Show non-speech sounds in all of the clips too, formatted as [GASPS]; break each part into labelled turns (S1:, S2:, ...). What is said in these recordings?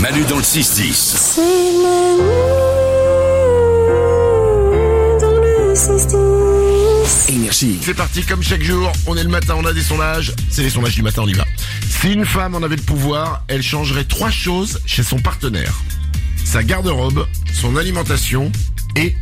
S1: Manu dans le 6-10.
S2: C'est la nuit dans le 6-10.
S3: Énergie.
S4: C'est parti comme chaque jour, on est le matin, on a des sondages, c'est les sondages du matin, on y va. Si une femme en avait le pouvoir, elle changerait trois choses chez son partenaire. Sa garde-robe, son alimentation et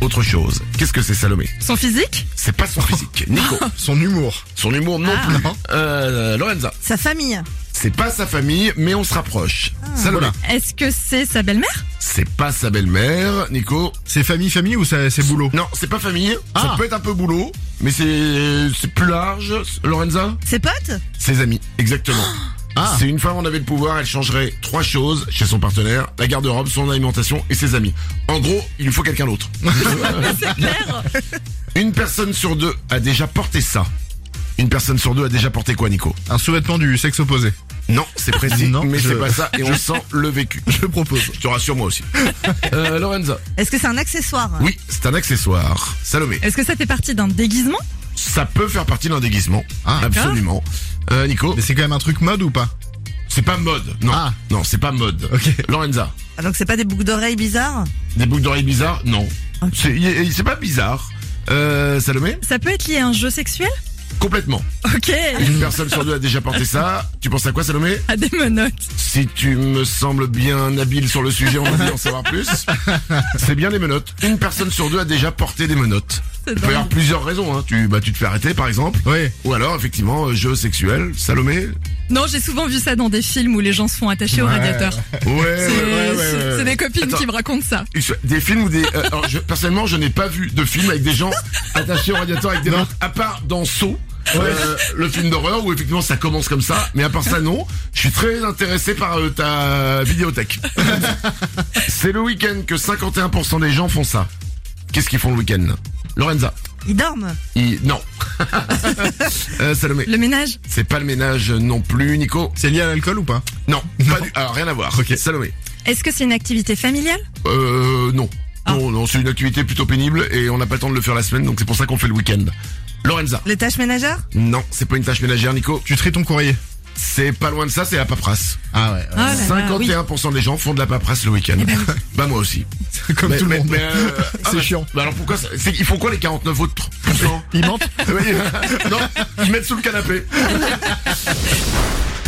S4: autre chose. Qu'est-ce que c'est Salomé
S5: Son physique
S4: C'est pas son
S3: [LAUGHS]
S4: physique. Nico,
S3: Son humour. Ah.
S4: son humour non plus. Euh, Lorenza,
S5: Sa famille
S4: c'est pas sa famille, mais on se rapproche.
S3: Ah.
S4: Salomé,
S5: Est-ce que c'est sa belle-mère
S4: c'est pas sa belle-mère. Nico,
S3: C'est famille, famille ou ça- c'est boulot
S4: non, c'est pas famille, ça
S3: Ah.
S4: peut être un peu boulot, mais c'est c'est plus large. Lorenza
S5: Ses potes
S4: Ses amis, exactement.
S3: [GASPS] Ah.
S4: Si une femme en avait le pouvoir, elle changerait trois choses chez son partenaire, la garde-robe, son alimentation et ses amis. En gros, il lui faut quelqu'un d'autre.
S5: Claire
S4: [LAUGHS] Une personne sur deux a déjà porté ça. Une personne sur deux a déjà porté quoi, Nico
S3: Un sous-vêtement du sexe opposé.
S4: Non, c'est précis,
S3: Non,
S4: mais
S3: je-
S4: c'est pas ça et on sent le vécu.
S3: [LAUGHS] Je propose.
S4: Je te rassure moi aussi. Euh, Lorenza.
S5: Est-ce que c'est un accessoire
S4: Oui, c'est un accessoire. Salomé.
S5: Est-ce que ça fait partie d'un déguisement
S4: Ça peut faire partie d'un déguisement.
S3: Ah,
S4: absolument. Euh, Nico.
S3: Mais c'est quand même un truc mode ou pas
S4: C'est pas mode. Non.
S3: Ah.
S4: Non, c'est pas mode.
S3: Ok.
S4: Lorenza.
S5: Ah, Donc c'est pas des boucles d'oreilles bizarres
S4: Des boucles d'oreilles bizarres Non. C'est y- y- c'est pas bizarre. Euh, Salomé
S5: Ça peut être lié à un jeu sexuel
S4: Complètement.
S5: Ok
S4: Une personne sur deux a déjà porté ça. Tu penses à quoi, Salomé
S5: À des menottes
S4: Si tu me sembles bien habile sur le sujet, on va en savoir plus. C'est bien les menottes. Une personne sur deux a déjà porté des menottes.
S5: C'est
S4: Il peut y avoir
S5: dingue.
S4: plusieurs raisons. Hein. Tu, bah, tu te fais arrêter, par exemple.
S3: Oui.
S4: Ou alors, effectivement, euh, jeu sexuel. Salomé
S5: Non, j'ai souvent vu ça dans des films où les gens se font attacher au
S3: Ouais.
S5: radiateur.
S4: Ouais, ouais,
S5: C'est
S4: ouais, ouais,
S5: c'est-
S4: ouais.
S5: c'est des copines
S4: Attends.
S5: qui me racontent ça.
S4: Des films ou des... euh, alors, je- personnellement, je n'ai pas vu de film avec des gens attachés au radiateur avec des
S3: Non.
S4: menottes, à part dans Saut. euh, le film d'horreur où effectivement ça commence comme ça, mais à part ça non. Je suis très intéressé par euh, ta vidéothèque. C'est le week-end que 51% des gens font ça. Qu'est-ce qu'ils font le week-end Lorenza.
S5: Ils dorment
S4: Ils- Non. Euh, Salomé.
S5: Le ménage
S4: C'est pas le ménage non plus, Nico.
S3: C'est lié à l'alcool ou pas
S4: Non. Pas du... Alors rien à voir. Salomé.
S5: Est-ce que c'est une activité familiale
S4: Euh, non.
S5: Ah.
S4: Non, non, c'est une activité plutôt pénible et on n'a pas le temps de le faire la semaine, donc c'est pour ça qu'on fait le week-end. Lorenza.
S5: Les tâches ménagères
S4: Non, c'est pas une tâche ménagère, Nico.
S3: Tu traites ton courrier.
S4: C'est pas loin de ça, c'est la paperasse.
S3: Ah ouais.
S5: Ah là là, oui.
S4: 51% des gens font de la paperasse le week-end. bah moi aussi.
S3: Comme
S4: Mais-
S3: tout
S4: mais-
S3: le monde.
S4: mais, euh, ah,
S3: C'est
S4: bah,
S3: chiant.
S4: Bah alors pourquoi ça- c'est- Ils font quoi les 49 autres pourcents
S3: Il mentent
S4: Oui, Non, ils mettent sous le canapé.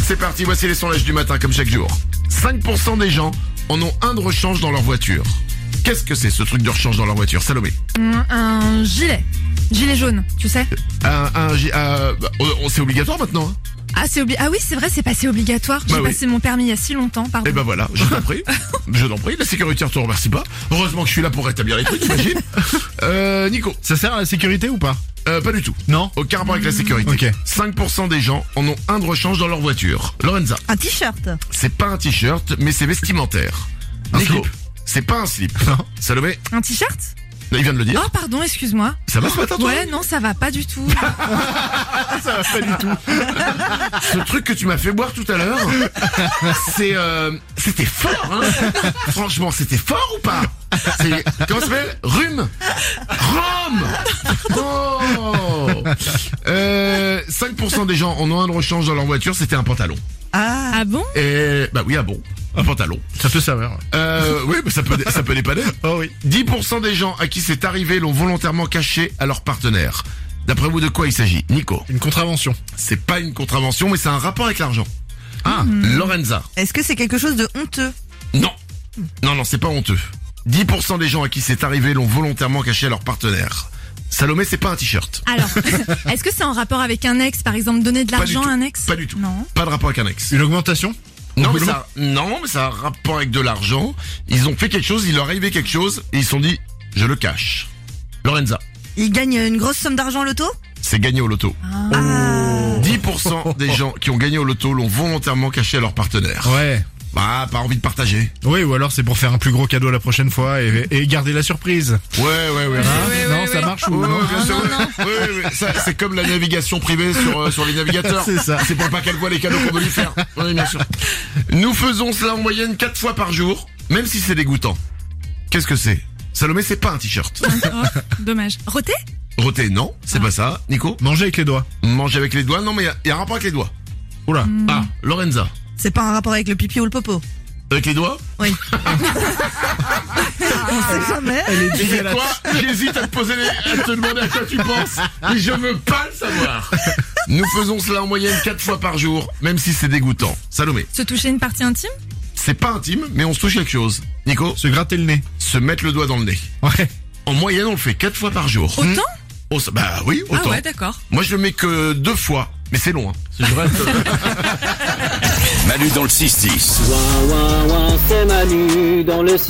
S4: c'est parti, voici les sondages du matin comme chaque jour. 5% des gens en ont un de rechange dans leur voiture. Qu'est-ce que c'est ce truc de rechange dans leur voiture, Salomé
S6: Hum, Un gilet. Gilet jaune, tu sais.
S4: un, un J- euh, bah, on- on- c'est obligatoire maintenant. hein
S6: Ah, c'est obli- ah oui, c'est vrai, c'est passé obligatoire. J'ai
S4: Bah oui.
S6: passé mon permis il y a si longtemps,
S4: Et
S6: pardon.
S4: ben voilà, je t'en prie, je t'en prie. La sécurité ne te remercie pas. Heureusement que je suis là pour rétablir les trucs, t'imagines euh, Nico,
S3: Ça sert à la sécurité ou pas
S4: euh, pas du tout.
S3: Non
S4: Aucun rapport avec la sécurité.
S3: Ok.
S4: 5% des gens en ont un de rechange dans leur voiture. Lorenza,
S5: Un t-shirt
S4: c'est pas un t-shirt, mais c'est vestimentaire.
S3: Un
S4: Nico,
S3: slip
S4: c'est pas un slip.
S3: Non.
S4: Salomé,
S6: Un t-shirt
S4: il vient de le dire.
S5: Ah.
S6: Oh, pardon, excuse-moi.
S4: Ça va ce matin, toi
S6: Ouais, non, ça va pas du
S5: [LAUGHS]
S6: tout.
S5: Ah.
S3: Ça va pas du tout.
S4: Ce truc que tu m'as fait boire tout à l'heure, c'est, euh, c'était fort, hein Franchement, c'était fort ou pas C'est, comment ça s'appelle Rhume Rome Oh euh, 5% des gens en ont un de rechange dans leur voiture, c'était un pantalon.
S5: Ah
S6: Ah bon
S4: Et, bah oui, ah bon, un pantalon.
S3: Ça peut savoir. ouais.
S4: Euh, oui, mais ça peut, ça peut dépanner.
S3: [LAUGHS] Oh oui.
S4: 10% des gens à qui c'est arrivé l'ont volontairement caché à leur partenaire. D'après vous, de quoi il s'agit Nico,
S3: Une contravention.
S4: c'est pas une contravention, mais c'est un rapport avec l'argent. Ah, Lorenza.
S5: Est-ce que c'est quelque chose de honteux
S4: Non. Non, non, c'est pas honteux. 10% des gens à qui c'est arrivé l'ont volontairement caché à leur partenaire. Salomé, c'est pas un t-shirt.
S6: Alors, [LAUGHS] est-ce que c'est en rapport avec un ex, par exemple, donner de
S4: Pas du
S6: l'argent
S4: tout.
S6: à un ex
S4: Pas du tout.
S6: Non.
S4: Pas de rapport avec un ex.
S3: Une augmentation
S4: Non, mais
S3: boulot
S4: ça, non, mais ça a un rapport avec de l'argent. Ils ont fait quelque chose, il leur est arrivé quelque chose, et ils se sont dit, je le cache. Lorenza,
S5: Il gagne une grosse somme d'argent le loto
S4: c'est gagné au loto. Oh.
S5: Ah
S4: 10% des gens qui ont gagné au loto l'ont volontairement caché à leur partenaire.
S3: Ouais.
S4: Bah, pas envie de partager.
S3: Oui, ou alors c'est pour faire un plus gros cadeau la prochaine fois et, et garder la surprise.
S4: Ouais, ouais, ouais.
S3: Hein Mm. non, ça marche ou
S4: Ouais,
S3: Ah, non
S4: ouais, bien sûr, ouais. Ouais, ouais, ouais. Ça, c'est comme la navigation privée sur, euh, sur les navigateurs.
S3: C'est ça.
S4: C'est pour pas qu'elle voit les cadeaux qu'on veut lui faire. Oui, bien sûr. Nous faisons cela en moyenne 4 fois par jour, même si c'est dégoûtant. Qu'est-ce que c'est Salomé, c'est pas un t-shirt.
S6: [LAUGHS] Oh, dommage. Roté
S4: Roté, non,
S3: Ah.
S4: c'est pas ça. Nico
S3: Manger avec les doigts.
S4: Manger avec les doigts Non, mais il y, a un rapport avec les doigts.
S3: Oula.
S4: Ah, Lorenza.
S5: C'est pas un rapport avec le pipi ou le popo.
S4: Avec les doigts
S6: [LAUGHS]
S5: Oui. On sait jamais.
S4: Tu sais quoi J'hésite à te poser les- à te demander à quoi tu penses, mais je veux pas le savoir. Nous faisons cela en moyenne 4 fois par jour, même si c'est dégoûtant. Salomé,
S6: Se toucher une partie intime
S4: c'est pas intime, mais on se touche quelque chose. Nico,
S3: [LAUGHS] Se gratter le nez.
S4: se mettre le doigt dans le nez.
S3: Ouais.
S4: En moyenne, on le fait 4 fois par jour.
S5: Mmh.
S6: Autant
S4: Oh, ça- bah oui, autant.
S6: Ah ouais, d'accord.
S4: Moi, je le mets que deux fois, mais c'est long. hein. [LAUGHS]
S1: Manu dans le 6-10.
S7: Ouin, ouin, ouin, c'est Manu dans le 6-10.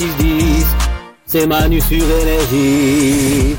S7: C'est Manu sur énergie.